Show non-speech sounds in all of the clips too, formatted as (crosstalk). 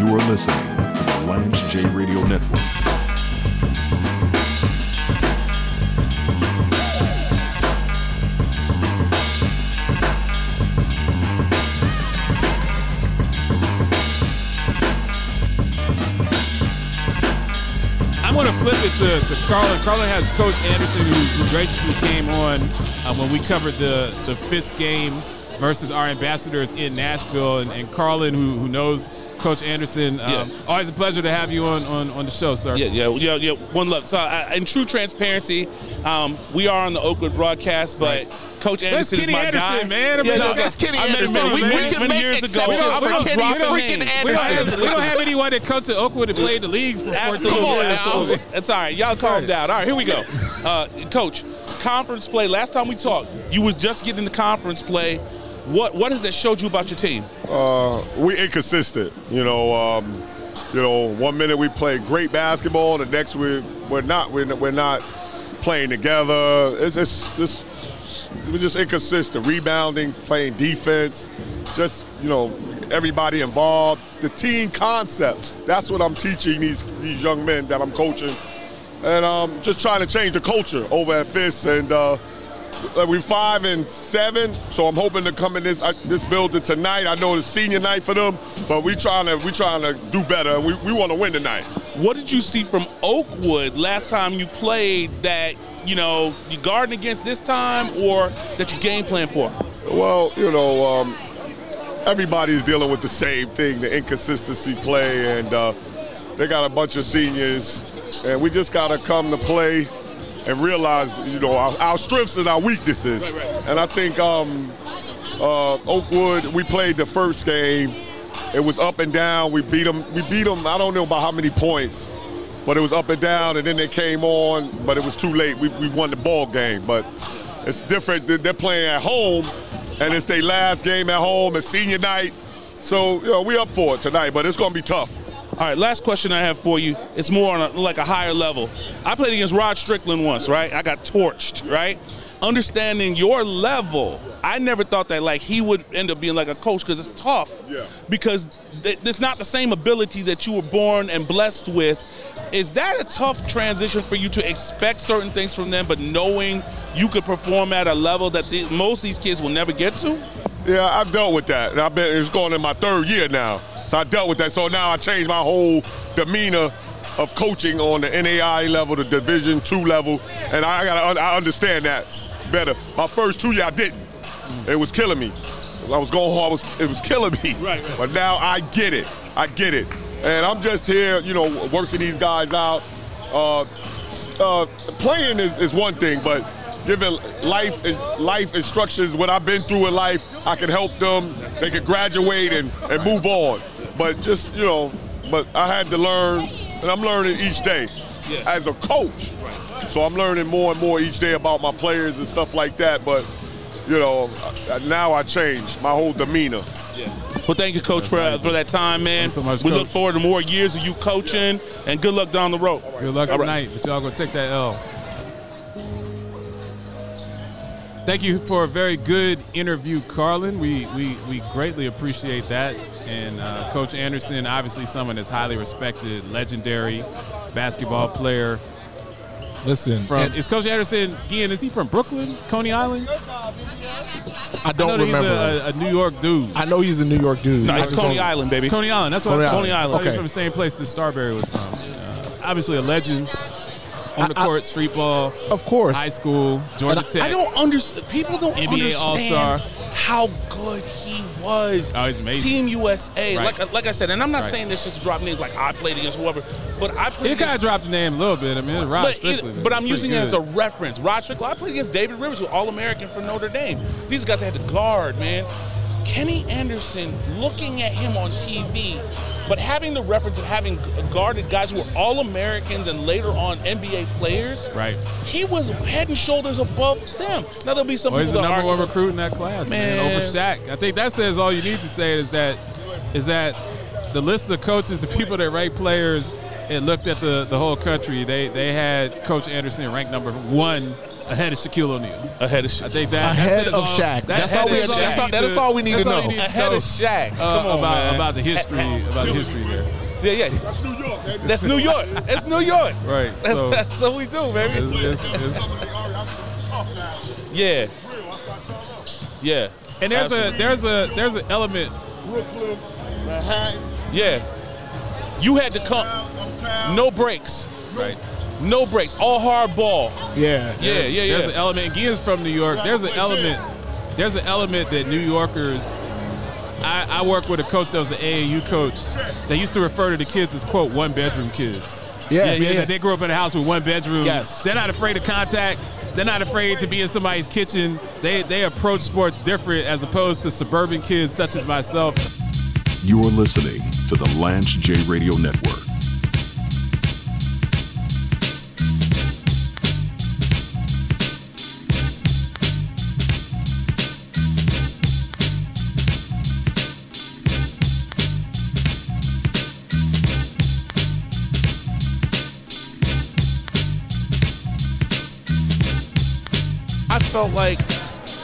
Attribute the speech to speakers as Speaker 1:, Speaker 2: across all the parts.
Speaker 1: You are listening to the Lance J Radio Network.
Speaker 2: I'm going to flip it to, to Carlin. Carlin has Coach Anderson, who, who graciously came on uh, when we covered the, the fifth game versus our ambassadors in Nashville. And, and Carlin, who, who knows Coach Anderson, um,
Speaker 3: Yeah.
Speaker 2: always a pleasure to have you on, on, on the show, sir.
Speaker 3: Yeah, yeah, yeah, yeah. One love. So, I, in true transparency, um, we are on the Oakwood broadcast, but Coach Anderson
Speaker 2: Kenny
Speaker 3: is my
Speaker 2: Anderson,
Speaker 3: guy.
Speaker 2: man. I mean, that's
Speaker 4: Kenny
Speaker 3: I met him
Speaker 4: Anderson.
Speaker 3: many-
Speaker 4: We- we
Speaker 3: many-
Speaker 4: can
Speaker 3: many
Speaker 4: make
Speaker 3: years ago.
Speaker 4: exceptions
Speaker 3: I- I
Speaker 4: for
Speaker 3: don't
Speaker 4: Kenny
Speaker 3: drop
Speaker 4: freaking
Speaker 3: names.
Speaker 2: We don't, have,
Speaker 4: Anderson.
Speaker 2: we don't have anyone that comes to Oakwood to play the league for 14
Speaker 3: Absolutely.
Speaker 4: Come on now.
Speaker 2: years. so-
Speaker 3: Absolutely. It's all right. Y'all calm down. All right, here we go. Uh, Coach, conference play. Last time we talked, you was just getting into conference play. What what has that showed you about your team?
Speaker 5: uh, we inconsistent. You know, um, you know, one minute we play great basketball, the next we we're not we're, we're not playing together. It's it's, it's we're just inconsistent. Rebounding, playing defense, just you know, everybody involved. The team concept. That's what I'm teaching these these young men that I'm coaching, and um, just trying to change the culture over at Fist and. Uh, uh, we five and seven, so I'm hoping to come in this uh, this building tonight. I know it's senior night for them, but we trying to we trying to do better. We we want to win tonight.
Speaker 3: What did you see from Oakwood last time you played that, you know, you guarding against this time or that you game plan for?
Speaker 5: Well, you know, um, everybody's dealing with the same thing, the inconsistency play, and uh, they got a bunch of seniors, and we just got to come to play and realize, you know, our, our strengths and our weaknesses. And I think um, uh, Oakwood, we played the first game. It was up and down. We beat them. We beat them. I don't know by how many points, but it was up and down. And then they came on, but it was too late. We, we won the ball game, but it's different. They- They're playing at home, and it's their last game at home. It's senior night, so you know, we up for it tonight. But it's gonna be tough.
Speaker 3: All right, last question I have for you. It's more on a, like a higher level. I played against Rod Strickland once, right? I got torched, right? Understanding your level, I never thought that like he would end up being like a coach because it's tough.
Speaker 5: Yeah.
Speaker 3: Because th- it's not the same ability that you were born and blessed with. Is that a tough transition for you to expect certain things from them, but knowing you could perform at a level that the, most of these kids will never get to?
Speaker 5: Yeah, I've dealt with that. And I've been it's going in my third year now. So I dealt with that. So now I changed my whole demeanor of coaching on the NAI level, the Division two level, and I got I understand that better. My first two year I didn't. It was killing me. I was going hard. It was, it was killing me.
Speaker 3: Right, right.
Speaker 5: But now I get it. I get it. And I'm just here, you know, working these guys out. Uh, uh, playing is, is one thing, but giving life life instructions, what I've been through in life, I can help them. They can graduate and, and move on. But just you know, but I had to learn, and I'm learning each day
Speaker 3: Yeah.
Speaker 5: as a coach. So I'm learning more and more each day about my players and stuff like that. But you know, now I changed my whole demeanor.
Speaker 3: Well, thank you, Coach, for, uh, for that time, man.
Speaker 2: Thanks so much,
Speaker 3: we look
Speaker 2: Coach.
Speaker 3: forward to more years of you coaching, and good luck down the road.
Speaker 2: Good luck
Speaker 3: All right.
Speaker 2: tonight, but y'all gonna take that L. Thank you for a very good interview, Carlin. We we, we greatly appreciate that. And uh, Coach Anderson, obviously someone that's highly respected, legendary basketball player.
Speaker 4: Listen,
Speaker 2: From
Speaker 4: and
Speaker 2: is Coach Anderson Gian? Is he from Brooklyn, Coney Island?
Speaker 4: I
Speaker 2: I know
Speaker 4: don't
Speaker 2: that
Speaker 4: remember.
Speaker 2: He's a, a, a New York dude.
Speaker 4: I know he's a New York dude.
Speaker 3: No,
Speaker 4: I
Speaker 3: it's
Speaker 4: just
Speaker 3: Coney
Speaker 4: don't-
Speaker 3: Island, baby.
Speaker 2: Coney Island. That's what
Speaker 4: Coney
Speaker 2: I'm
Speaker 4: Island.
Speaker 2: Coney Island.
Speaker 4: Okay.
Speaker 2: He's from the same place that Starberry was from. Uh, obviously a legend on the
Speaker 4: I- I-
Speaker 2: court, street ball,
Speaker 4: Of course.
Speaker 2: high school, Georgia
Speaker 4: And I-
Speaker 2: Tech.
Speaker 3: I don't understand. People don't
Speaker 2: NBA
Speaker 3: understand
Speaker 2: All-Star.
Speaker 3: how good he was.
Speaker 2: Oh, he's amazing.
Speaker 3: Team USA.
Speaker 2: Right.
Speaker 3: Like, like I said, and I'm not
Speaker 2: Right.
Speaker 3: saying this just to drop names like I played against whoever, but I
Speaker 2: He
Speaker 3: played
Speaker 2: kind
Speaker 3: against
Speaker 2: of dropped the name a little bit. I mean, it's Rod
Speaker 3: but, either-
Speaker 2: Strickland.
Speaker 3: but I'm
Speaker 2: Pretty
Speaker 3: using
Speaker 2: good.
Speaker 3: it as a reference. Rod Strickland. I played against David Rivers, who All American from Notre Dame. These guys had to guard, man. Kenny Anderson, looking at him on TV, but having the reference of having guarded guys who were All Americans and later on NBA players.
Speaker 2: Right.
Speaker 3: He was head and shoulders above them. Now there'll be some
Speaker 2: Well, Oh, he's
Speaker 3: people
Speaker 2: the
Speaker 3: that
Speaker 2: number
Speaker 3: argue-
Speaker 2: one recruit in that class, man.
Speaker 3: Man.
Speaker 2: Over Shaq. I think that says all you need to say is that is that the list of coaches, the people that rate players, and looked at the, the whole country. They they had Coach Anderson ranked number one ahead of Shaquille O'Neal.
Speaker 3: ahead of shit.
Speaker 2: I think that
Speaker 4: Ahead
Speaker 2: that says
Speaker 4: of
Speaker 2: all-
Speaker 4: Shaq.
Speaker 2: that
Speaker 4: That's
Speaker 2: says
Speaker 3: all we-
Speaker 2: all
Speaker 3: that's
Speaker 2: you
Speaker 3: all-
Speaker 2: need
Speaker 4: that's all we need to
Speaker 2: that's all
Speaker 4: know.
Speaker 2: you
Speaker 3: ahead
Speaker 2: know,
Speaker 3: of Shaq.
Speaker 2: uh,
Speaker 3: Come on,
Speaker 2: about
Speaker 3: man.
Speaker 2: about the history about the history there.
Speaker 3: Yeah,
Speaker 2: (laughs)
Speaker 3: yeah.
Speaker 5: That's New York, baby. (laughs)
Speaker 3: That's New York. That's New York. (laughs)
Speaker 2: Right.
Speaker 3: That's,
Speaker 2: So it's,
Speaker 3: that's what we do, baby.
Speaker 2: it's, it's,
Speaker 3: Yeah, yeah.
Speaker 2: and there's a
Speaker 3: Absolutely.
Speaker 2: there's a there's an element.
Speaker 5: Brooklyn, Manhattan,
Speaker 3: yeah. You had to come.
Speaker 5: uptown.
Speaker 3: No breaks.
Speaker 2: Right.
Speaker 3: No breaks. All hard ball.
Speaker 4: Yeah.
Speaker 3: Yeah,
Speaker 2: There's-
Speaker 3: yeah,
Speaker 2: There's
Speaker 3: yeah.
Speaker 2: an element. Gian's from New York. There's an element. There's an element that New Yorkers. I, I work with a coach that was the AAU coach. They used to refer to the kids as quote one bedroom kids.
Speaker 4: Yeah.
Speaker 2: I mean, that They grew up in a house with one bedroom.
Speaker 4: Yes.
Speaker 2: They're not afraid of contact. They're not afraid to be in somebody's kitchen. They they approach sports different as opposed to suburban kids such as myself.
Speaker 1: You're listening to the Lance J Radio Network.
Speaker 3: I felt like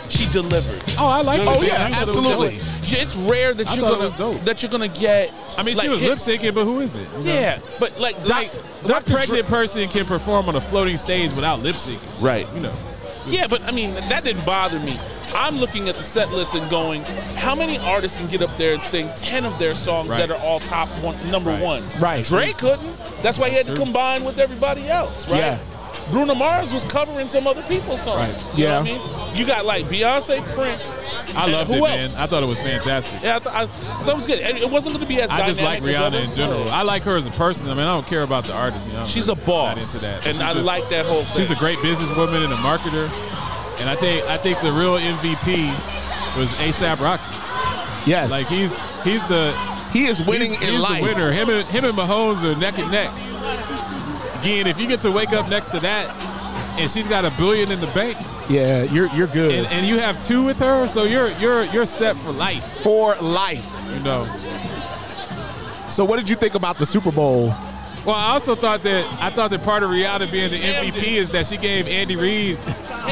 Speaker 3: she delivered.
Speaker 2: Oh, I like
Speaker 4: Oh, yeah, absolutely.
Speaker 3: Yeah, it's rare that
Speaker 2: I
Speaker 3: you're
Speaker 2: thought it
Speaker 3: gonna
Speaker 2: was dope.
Speaker 3: that you're gonna get.
Speaker 2: I mean,
Speaker 3: like,
Speaker 2: she was lip
Speaker 3: hits.
Speaker 2: syncing, but who is it? You know?
Speaker 3: Yeah, but like
Speaker 2: Like,
Speaker 3: Dr.
Speaker 2: that
Speaker 3: Dr.
Speaker 2: pregnant person can perform on a floating stage without lip syncing.
Speaker 3: Right.
Speaker 2: You know.
Speaker 3: Yeah, but I mean, that didn't bother me. I'm looking at the set list and going, how many artists can get up there and sing 10 of their songs
Speaker 2: Right.
Speaker 3: that are all top one, number
Speaker 2: Right.
Speaker 3: ones?
Speaker 4: Right.
Speaker 3: Drake couldn't. That's why he had to
Speaker 2: True.
Speaker 3: combine with everybody else, right?
Speaker 4: Yeah.
Speaker 3: Bruno Mars was covering some other people's songs.
Speaker 2: Right.
Speaker 3: You know
Speaker 4: Yeah.
Speaker 3: what I mean? You got like Beyonce, Prince.
Speaker 2: I
Speaker 3: and
Speaker 2: loved
Speaker 3: who
Speaker 2: it, man.
Speaker 3: else?
Speaker 2: I thought it was fantastic.
Speaker 3: yeah, I, th- I thought it was good. And It wasn't going to be as
Speaker 2: I just like
Speaker 3: dynamic as
Speaker 2: Rihanna
Speaker 3: others.
Speaker 2: in general. I like her as a person. I mean, I don't care about the artist. You know,
Speaker 3: She's a
Speaker 2: I'm not
Speaker 3: boss.
Speaker 2: into that.
Speaker 3: And
Speaker 2: She's
Speaker 3: I
Speaker 2: just-
Speaker 3: like that whole thing.
Speaker 2: She's a great businesswoman and a marketer. And I think I think the real MVP was ASAP Rocky.
Speaker 4: Yes.
Speaker 2: Like he's he's the
Speaker 4: he is winning
Speaker 2: he's,
Speaker 4: in
Speaker 2: he's
Speaker 4: life.
Speaker 2: the winner. Him and him and Mahomes are neck and neck. Again, if you get to wake up next to that, and she's got a billion in the bank,
Speaker 4: Yeah. You're you're good
Speaker 2: and, and you have two with her, so you're you're you're set for life.
Speaker 4: for life.
Speaker 2: You know.
Speaker 4: So what did you think about the Super Bowl?
Speaker 2: Well, I also thought that I thought that part of Rihanna being the MVP is that she gave Andy Reid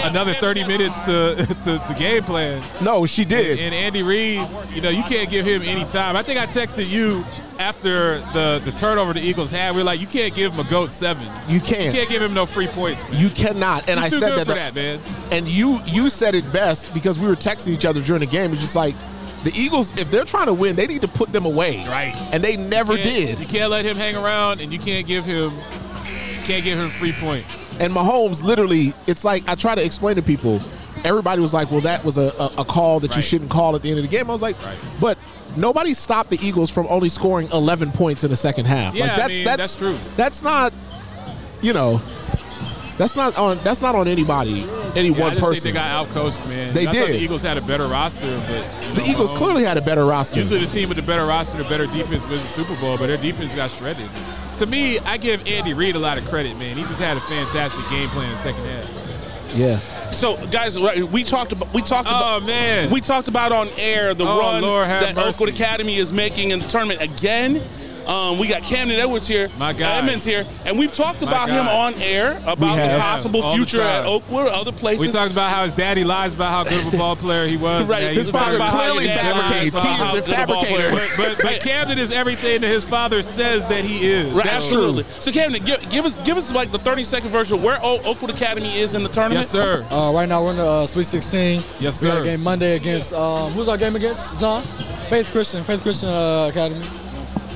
Speaker 2: another 30 minutes to (laughs) to, to game plan.
Speaker 4: No, she did.
Speaker 2: And Andy Reid, you know, you can't give him any time. I think I texted you after the the turnover the Eagles had. We are like, you can't give him a goat seven.
Speaker 4: you
Speaker 2: You
Speaker 4: can't.
Speaker 2: can't give him no free points. Man.
Speaker 4: You cannot. And
Speaker 2: He's too
Speaker 4: I said
Speaker 2: good
Speaker 4: that,
Speaker 2: for
Speaker 4: the-
Speaker 2: that, man.
Speaker 4: And you you said it best because we were texting each other during the game. It's just like the Eagles, if they're trying to win, they need to put them away.
Speaker 2: Right.
Speaker 4: And they never
Speaker 2: You can't- You
Speaker 4: did.
Speaker 2: can't let him hang around, and you can't give him you can't give him free points.
Speaker 4: And Mahomes literally, it's like I try to explain to people. Everybody was like, "Well, that was a, a, a call that you
Speaker 2: Right.
Speaker 4: shouldn't call at the end of the game." I was like,
Speaker 2: Right.
Speaker 4: "But nobody stopped the Eagles from only scoring 11 points in the second half.
Speaker 2: Yeah, I
Speaker 4: like that's
Speaker 2: mean,
Speaker 4: that's
Speaker 2: that's true.
Speaker 4: That's not, you know, that's not on that's not on anybody, any
Speaker 2: Yeah, I
Speaker 4: one
Speaker 2: just
Speaker 4: person.
Speaker 2: think they got outcoached, man.
Speaker 4: They
Speaker 2: I thought
Speaker 4: did.
Speaker 2: the Eagles had a better roster, but Oh, you
Speaker 4: the
Speaker 2: know,
Speaker 4: Eagles
Speaker 2: Mahomes-
Speaker 4: clearly had a better roster.
Speaker 2: Usually the team with the better roster, the better defense wins the Super Bowl, but their defense got shredded. To me, I give Andy Reid a lot of credit, man. He just had a fantastic game plan in the second half.
Speaker 4: yeah.
Speaker 3: So, guys, right, we talked about we talked
Speaker 2: Oh,
Speaker 3: about
Speaker 2: man.
Speaker 3: (laughs) we talked about on air the
Speaker 2: Oh,
Speaker 3: run
Speaker 2: Lord have
Speaker 3: that
Speaker 2: mercy.
Speaker 3: Oakwood Academy is making in the tournament again. Um, we got Camden Edwards here,
Speaker 2: My guy.
Speaker 3: Edmonds here, and we've talked about him
Speaker 2: guy.
Speaker 3: on air about the
Speaker 4: have.
Speaker 3: possible
Speaker 2: All the
Speaker 3: future at
Speaker 2: time.
Speaker 3: Oakwood, other places.
Speaker 2: We talked about how his daddy lies about how good of a ball player he was.
Speaker 3: (laughs) Right.
Speaker 2: Yeah, he
Speaker 3: His
Speaker 2: was talking
Speaker 3: father
Speaker 2: about how
Speaker 3: clearly
Speaker 2: his dad lies
Speaker 3: fabricates.
Speaker 2: about
Speaker 3: He
Speaker 2: how
Speaker 3: is a
Speaker 2: good a ball
Speaker 4: fabricator.
Speaker 2: player- But, but, but Camden is everything that his father says that he is.
Speaker 3: Right,
Speaker 2: So-
Speaker 3: absolutely. So, Camden, give, give us give us like the thirty second version of where o- Oakwood Academy is in the tournament.
Speaker 2: Yes, sir.
Speaker 6: Uh, right now we're in the uh, Sweet 16.
Speaker 2: Yes,
Speaker 6: We got
Speaker 2: sir.
Speaker 6: a game Monday against um, who's our game against? John, Faith Christian, Faith Christian uh, Academy.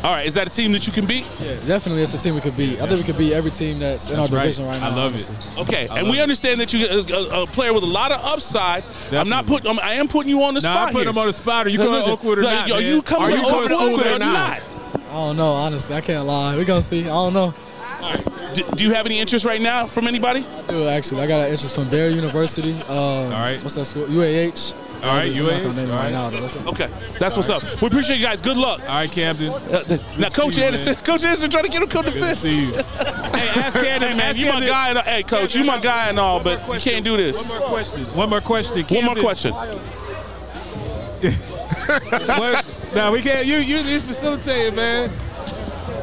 Speaker 3: All right, is that a team that you can beat?
Speaker 6: Yeah, definitely, it's a team we could beat. I think we could beat every team that's in
Speaker 2: That's
Speaker 6: our
Speaker 2: right.
Speaker 6: division right now.
Speaker 2: I love
Speaker 6: honestly.
Speaker 2: it.
Speaker 3: Okay, and
Speaker 2: love
Speaker 3: we
Speaker 2: it.
Speaker 3: understand that you a, a, a player with a lot of upside. I'm not
Speaker 2: Definitely.
Speaker 3: putting I'm, I am putting you on the
Speaker 2: Now
Speaker 3: spot
Speaker 2: I'm putting
Speaker 3: here.
Speaker 2: him on the spot. Are you coming to Oakwood or
Speaker 3: Like,
Speaker 2: not?
Speaker 3: Are
Speaker 2: man?
Speaker 3: you coming
Speaker 2: Are you
Speaker 3: to Oakwood,
Speaker 2: Oakwood
Speaker 3: or not?
Speaker 6: I don't know, honestly. I can't lie. We gonna see. I don't know.
Speaker 3: Do, do you have any interest right now from anybody?
Speaker 6: I do actually. I got an interest from Bear University. Um, All
Speaker 2: right.
Speaker 6: What's that school? UAH.
Speaker 2: All right,
Speaker 6: I'm not
Speaker 2: UAH.
Speaker 6: gonna name it
Speaker 2: All right.
Speaker 6: right now though. That's-
Speaker 3: Okay, that's what's up. We appreciate you guys. Good luck.
Speaker 2: All right,
Speaker 3: (laughs)
Speaker 2: Camden.
Speaker 3: Now,
Speaker 2: Uh,
Speaker 3: Coach
Speaker 2: see you,
Speaker 3: Anderson, (laughs) Coach Anderson, trying to get him come to
Speaker 2: Good to
Speaker 3: fist.
Speaker 2: see you. hey, ask Camden,
Speaker 3: Hey man,
Speaker 2: ask
Speaker 3: you my
Speaker 2: Camden-
Speaker 3: guy. And, hey, Coach, you my guy and all, but you can't do this.
Speaker 2: One more question. One more question.
Speaker 3: One more
Speaker 2: Camden,
Speaker 3: question.
Speaker 2: What? no, we can't. You you, you facilitate it, man.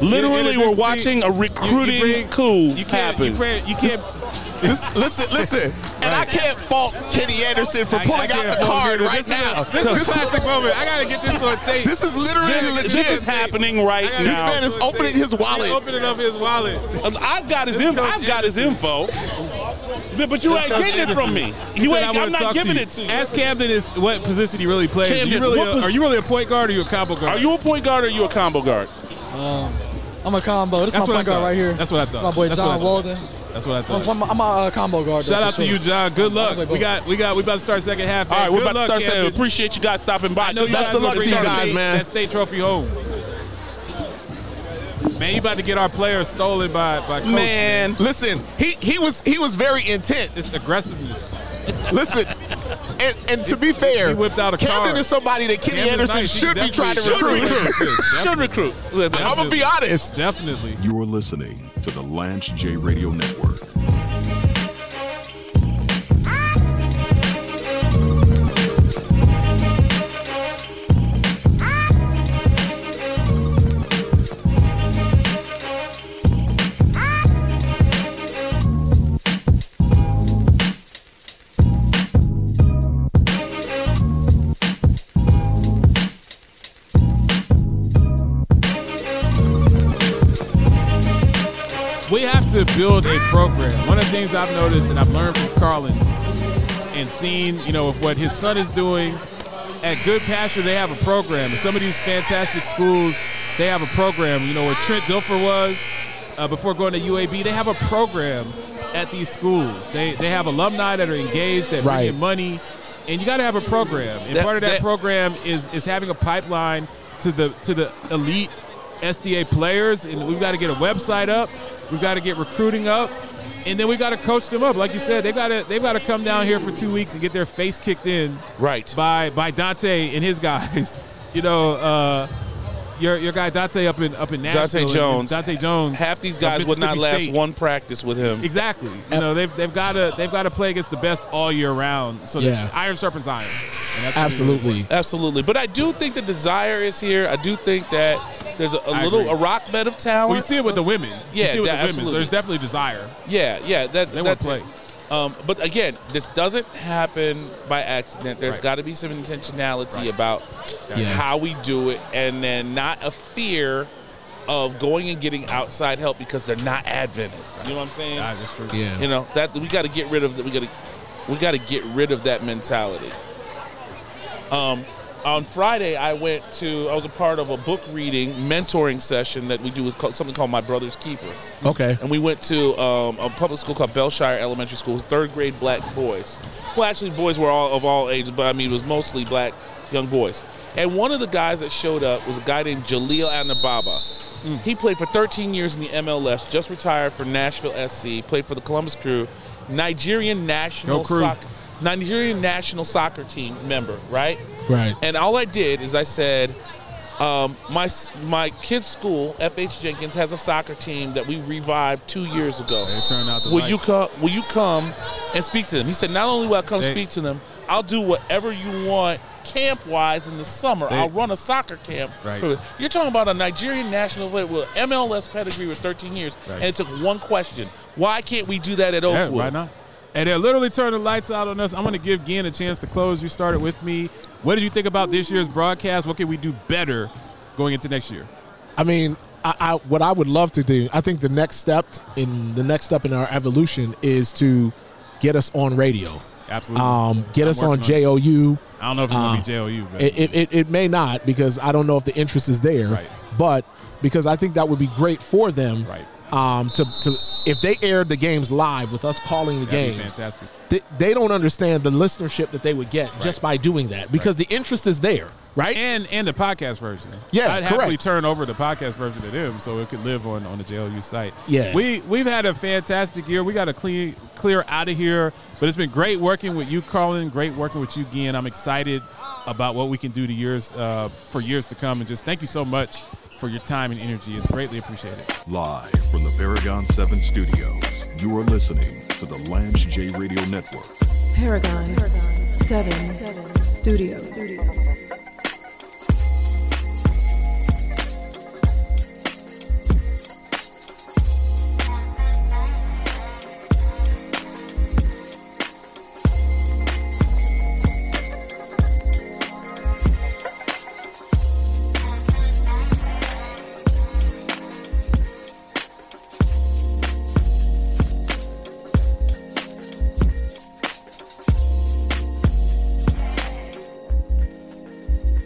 Speaker 3: Literally,
Speaker 2: you- you-
Speaker 3: we're watching a
Speaker 2: You- you
Speaker 3: recruiting
Speaker 2: bring-
Speaker 3: coup
Speaker 2: You can't. You,
Speaker 3: happen.
Speaker 2: pray, you can't.
Speaker 4: Listen, listen, listen. and I can't fault Kenny Anderson for
Speaker 2: I- I
Speaker 4: pulling out
Speaker 2: can't
Speaker 4: the
Speaker 2: hold
Speaker 4: card
Speaker 2: it.
Speaker 4: right
Speaker 2: This is a-
Speaker 4: now.
Speaker 2: This is
Speaker 4: This-
Speaker 2: a classic moment. I gotta get this on tape.
Speaker 4: This is literally
Speaker 3: This-
Speaker 4: legit.
Speaker 3: this is happening right
Speaker 2: I gotta
Speaker 3: now. Uh,
Speaker 2: get
Speaker 4: man is
Speaker 2: on tape.
Speaker 4: opening his
Speaker 2: He's
Speaker 4: wallet.
Speaker 2: Opening up his wallet.
Speaker 3: I've got his info. I've got his info. But- But you ain't
Speaker 2: Coach
Speaker 3: getting it from me.
Speaker 2: Anderson. He
Speaker 3: You
Speaker 2: said,
Speaker 3: ain't.
Speaker 2: "I wanna
Speaker 3: I'm not
Speaker 2: talk to
Speaker 3: giving
Speaker 2: you."
Speaker 3: it to you.
Speaker 2: Ask Camden is what position he really plays.
Speaker 3: Camden,
Speaker 2: you really
Speaker 3: what
Speaker 2: a-
Speaker 3: pos-
Speaker 2: are you really a point guard or you a combo guard?
Speaker 3: Are you a point guard or are you a combo guard?
Speaker 6: I'm a combo. This is
Speaker 2: That's
Speaker 6: my
Speaker 2: what
Speaker 6: point
Speaker 2: I
Speaker 6: guard
Speaker 2: thought.
Speaker 6: right here.
Speaker 2: That's what I
Speaker 6: It's
Speaker 2: thought.
Speaker 6: my boy
Speaker 2: That's what I
Speaker 6: John
Speaker 2: thought.
Speaker 6: Walden.
Speaker 2: That's what I thought.
Speaker 6: I'm, I'm a, uh combo guard.
Speaker 2: Shout
Speaker 6: though,
Speaker 2: out
Speaker 6: for
Speaker 2: to
Speaker 6: sure.
Speaker 2: you, John. Good luck.
Speaker 6: play both.
Speaker 2: We got we got we about to start second half.
Speaker 3: All
Speaker 2: man.
Speaker 3: right, we're
Speaker 2: Good
Speaker 3: about to
Speaker 2: luck,
Speaker 3: start saying
Speaker 2: Camden.
Speaker 3: appreciate you guys stopping by.
Speaker 2: I know
Speaker 3: Good
Speaker 2: you
Speaker 3: luck
Speaker 2: guys
Speaker 4: of
Speaker 2: love
Speaker 4: luck to you
Speaker 2: returning
Speaker 4: guys,
Speaker 2: that-
Speaker 4: man.
Speaker 2: That state trophy home. Man, you about to get our player stolen by by coach.
Speaker 3: man.
Speaker 4: Listen, he he was he was very intent.
Speaker 2: It's aggressiveness.
Speaker 4: Listen, and and to be fair,
Speaker 2: He whipped out a
Speaker 4: Camden
Speaker 2: card.
Speaker 4: is somebody that Kenny
Speaker 2: Camden's
Speaker 4: Anderson
Speaker 2: nice. He
Speaker 4: should be trying
Speaker 2: definitely
Speaker 4: to
Speaker 2: should
Speaker 4: recruit.
Speaker 2: recruit.
Speaker 3: (laughs) Should recruit.
Speaker 4: I'm gonna be honest.
Speaker 2: Definitely.
Speaker 1: You're listening to the Lance J Radio Network.
Speaker 2: We have to build a program. One of the things I've noticed and I've learned from Carlin and seen, you know, what his son is doing at Good Pasture, they have a program. And some of these fantastic schools, they have a program. You know, where Trent Dilfer was uh, before going to UAB, they have a program at these schools. They they have alumni that are engaged that bring
Speaker 4: Right.
Speaker 2: in money, and you got to have a program. And
Speaker 3: That-
Speaker 2: part of that,
Speaker 3: that-
Speaker 2: program is is having a pipeline to the to the elite SDA players, and we've got to get a website up, we've got to get recruiting up, and then we got to coach them up. Like you said, they got to they've got to come down here for two weeks and get their face kicked in
Speaker 3: Right.
Speaker 2: by by Dante and his guys. (laughs) You know, uh, your your guy Dante up in up in Nashville, and- and
Speaker 3: Jones.
Speaker 2: Dante Jones.
Speaker 3: Half these
Speaker 2: of
Speaker 3: guys would not
Speaker 2: Mississippi
Speaker 3: last
Speaker 2: State.
Speaker 3: one practice with him.
Speaker 2: Exactly. You know, they've they've got to they've got to play against the best all year round. So
Speaker 4: Yeah.
Speaker 2: that iron sharpens iron. And that's what we-
Speaker 3: Absolutely. But I do think the desire is here. I do think that there's a, a
Speaker 2: I
Speaker 3: little
Speaker 2: agree.
Speaker 3: a rock bed of
Speaker 2: We
Speaker 3: talent.
Speaker 2: see it with the women. we
Speaker 3: Yeah,
Speaker 2: see it with
Speaker 3: that-
Speaker 2: the women. So
Speaker 3: absolutely.
Speaker 2: there's definitely desire.
Speaker 3: yeah, yeah. That,
Speaker 2: They wanna
Speaker 3: that's
Speaker 2: play.
Speaker 3: it. Um, but again, this doesn't happen by accident. There's
Speaker 2: Right.
Speaker 3: got to be some intentionality
Speaker 2: Right.
Speaker 3: about how we do it, and then not a fear of going and getting outside help because they're not Adventists. You know what I'm saying?
Speaker 2: Yeah, that's true.
Speaker 3: You know that we got to get rid of that. We got to we got to get rid of that mentality. Um, on Friday, I went to I was a part of a book reading mentoring session that we do with called, something called My Brother's Keeper,
Speaker 4: Okay.
Speaker 3: and we went to um, a public school called Belshire Elementary School, third grade black boys. Well, actually, boys were all of all ages, but I mean, it was mostly black young boys. And one of the guys that showed up was a guy named Jaleel Anababa.
Speaker 2: Hmm.
Speaker 3: He played for 13 years in the MLS, just retired for Nashville SC, played for the Columbus Crew, Nigerian national
Speaker 2: Go Crew.
Speaker 3: soccer, Nigerian national soccer team member, right?
Speaker 4: Right.
Speaker 3: And all I did is I said, um, my my kid's school, FH Jenkins, has a soccer team that we revived two years ago.
Speaker 2: They turned out the
Speaker 3: Will
Speaker 2: lights.
Speaker 3: you come? Will you come and speak to them? He said, not only will I come
Speaker 2: They-
Speaker 3: speak to them, I'll do whatever you want camp wise in the summer.
Speaker 2: They-
Speaker 3: I'll run a soccer camp.
Speaker 2: Right.
Speaker 3: You're talking about a Nigerian national player with MLS pedigree with 13 years,
Speaker 2: Right.
Speaker 3: and it took one question: Why can't we do that at
Speaker 2: Yeah,
Speaker 3: Oakwood?
Speaker 2: why not? And they literally turned the lights out on us. I'm going to give Gian a chance to close. You started with me. What did you think about this year's broadcast? What can we do better going into next year?
Speaker 4: I mean, I, I what I would love to do. I think the next step in the next step in our evolution is to get us on radio.
Speaker 2: Absolutely.
Speaker 4: Um, get
Speaker 2: I'm
Speaker 4: us on
Speaker 2: working
Speaker 4: JOU.
Speaker 2: I don't know if it's going
Speaker 4: uh,
Speaker 2: to be JOU, but
Speaker 4: It, it, it, it may not because I don't know if the interest is there.
Speaker 2: Right.
Speaker 4: But because I think that would be great for them.
Speaker 2: Right.
Speaker 4: Um, to, to if they aired the games live with us calling the
Speaker 2: that'd be
Speaker 4: games,
Speaker 2: fantastic.
Speaker 4: they, they don't understand the listenership that they would get just by doing that because the interest is there, right?
Speaker 2: And and the podcast version.
Speaker 4: Yeah,
Speaker 2: I'd happily
Speaker 4: correct.
Speaker 2: turn over the podcast version to them so it could live on, on the JLU site.
Speaker 4: Yeah.
Speaker 2: We we've had a fantastic year. We got to clean clear out of here. But it's been great working with you, Carlin. Great working with you, Gian. I'm excited about what we can do to years uh, for years to come. And just thank you so much for your time and energy. It's greatly appreciated.
Speaker 1: Live from the Paragon 7 studios, you are listening to the Lance J Radio Network.
Speaker 7: Paragon 7 Studios.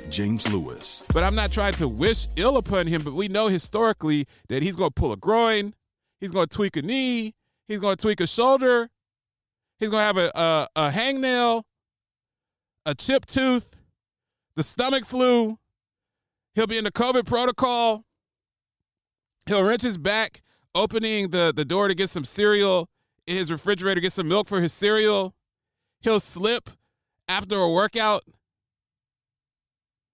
Speaker 1: James Lewis.
Speaker 2: But I'm not trying to wish ill upon him, but we know historically that he's going to pull a groin, he's going to tweak a knee, he's going to tweak a shoulder, he's going to have a, a, a hangnail, a chipped tooth, the stomach flu, he'll be in the COVID protocol, he'll wrench his back, opening the, the door to get some cereal in his refrigerator, get some milk for his cereal, he'll slip after a workout.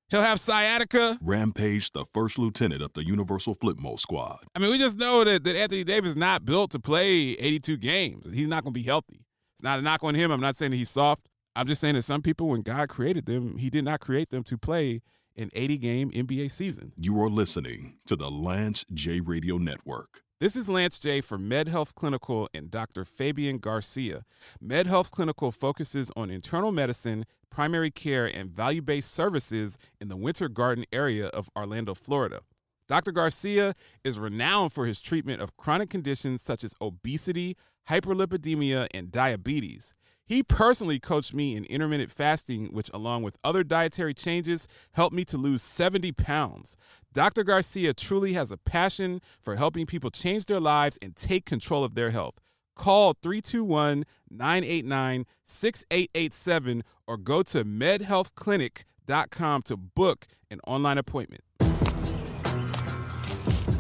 Speaker 2: He'll have sciatica.
Speaker 1: Rampage, the first lieutenant of the Universal Flipmo Squad.
Speaker 2: I mean, we just know that, that Anthony Davis is not built to play 82 games. He's not going to be healthy. It's not a knock on him. I'm not saying that he's soft. I'm just saying that some people, when God created them, he did not create them to play an 80 game NBA season.
Speaker 1: You are listening to the Lance J Radio Network.
Speaker 2: This is Lance J for MedHealth Clinical and Dr. Fabian Garcia. MedHealth Clinical focuses on internal medicine, primary care, and value based services in the Winter Garden area of Orlando, Florida. Dr. Garcia is renowned for his treatment of chronic conditions such as obesity, hyperlipidemia, and diabetes. He personally coached me in intermittent fasting, which, along with other dietary changes, helped me to lose 70 pounds. Dr. Garcia truly has a passion for helping people change their lives and take control of their health. Call 321 989 6887 or go to medhealthclinic.com to book an online appointment.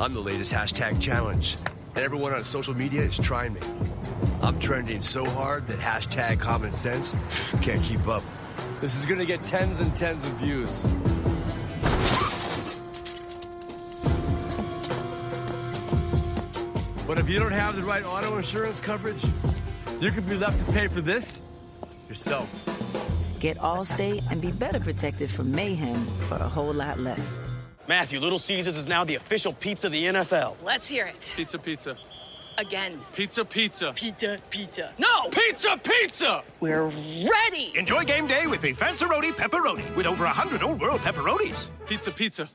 Speaker 8: I'm the latest hashtag challenge, and everyone on social media is trying me. I'm trending so hard that hashtag common sense can't keep up. This is gonna get tens and tens of views. But if you don't have the right auto insurance coverage, you could be left to pay for this yourself.
Speaker 9: Get Allstate and be better protected from mayhem for a whole lot less.
Speaker 10: Matthew, Little Caesars is now the official pizza of the NFL.
Speaker 11: Let's hear it.
Speaker 12: Pizza, pizza.
Speaker 11: Again.
Speaker 12: Pizza, pizza.
Speaker 11: Pizza, pizza. No!
Speaker 12: Pizza, pizza!
Speaker 11: We're ready!
Speaker 13: Enjoy game day with the Fanceroni Pepperoni with over 100 old world pepperonis.
Speaker 12: Pizza, pizza.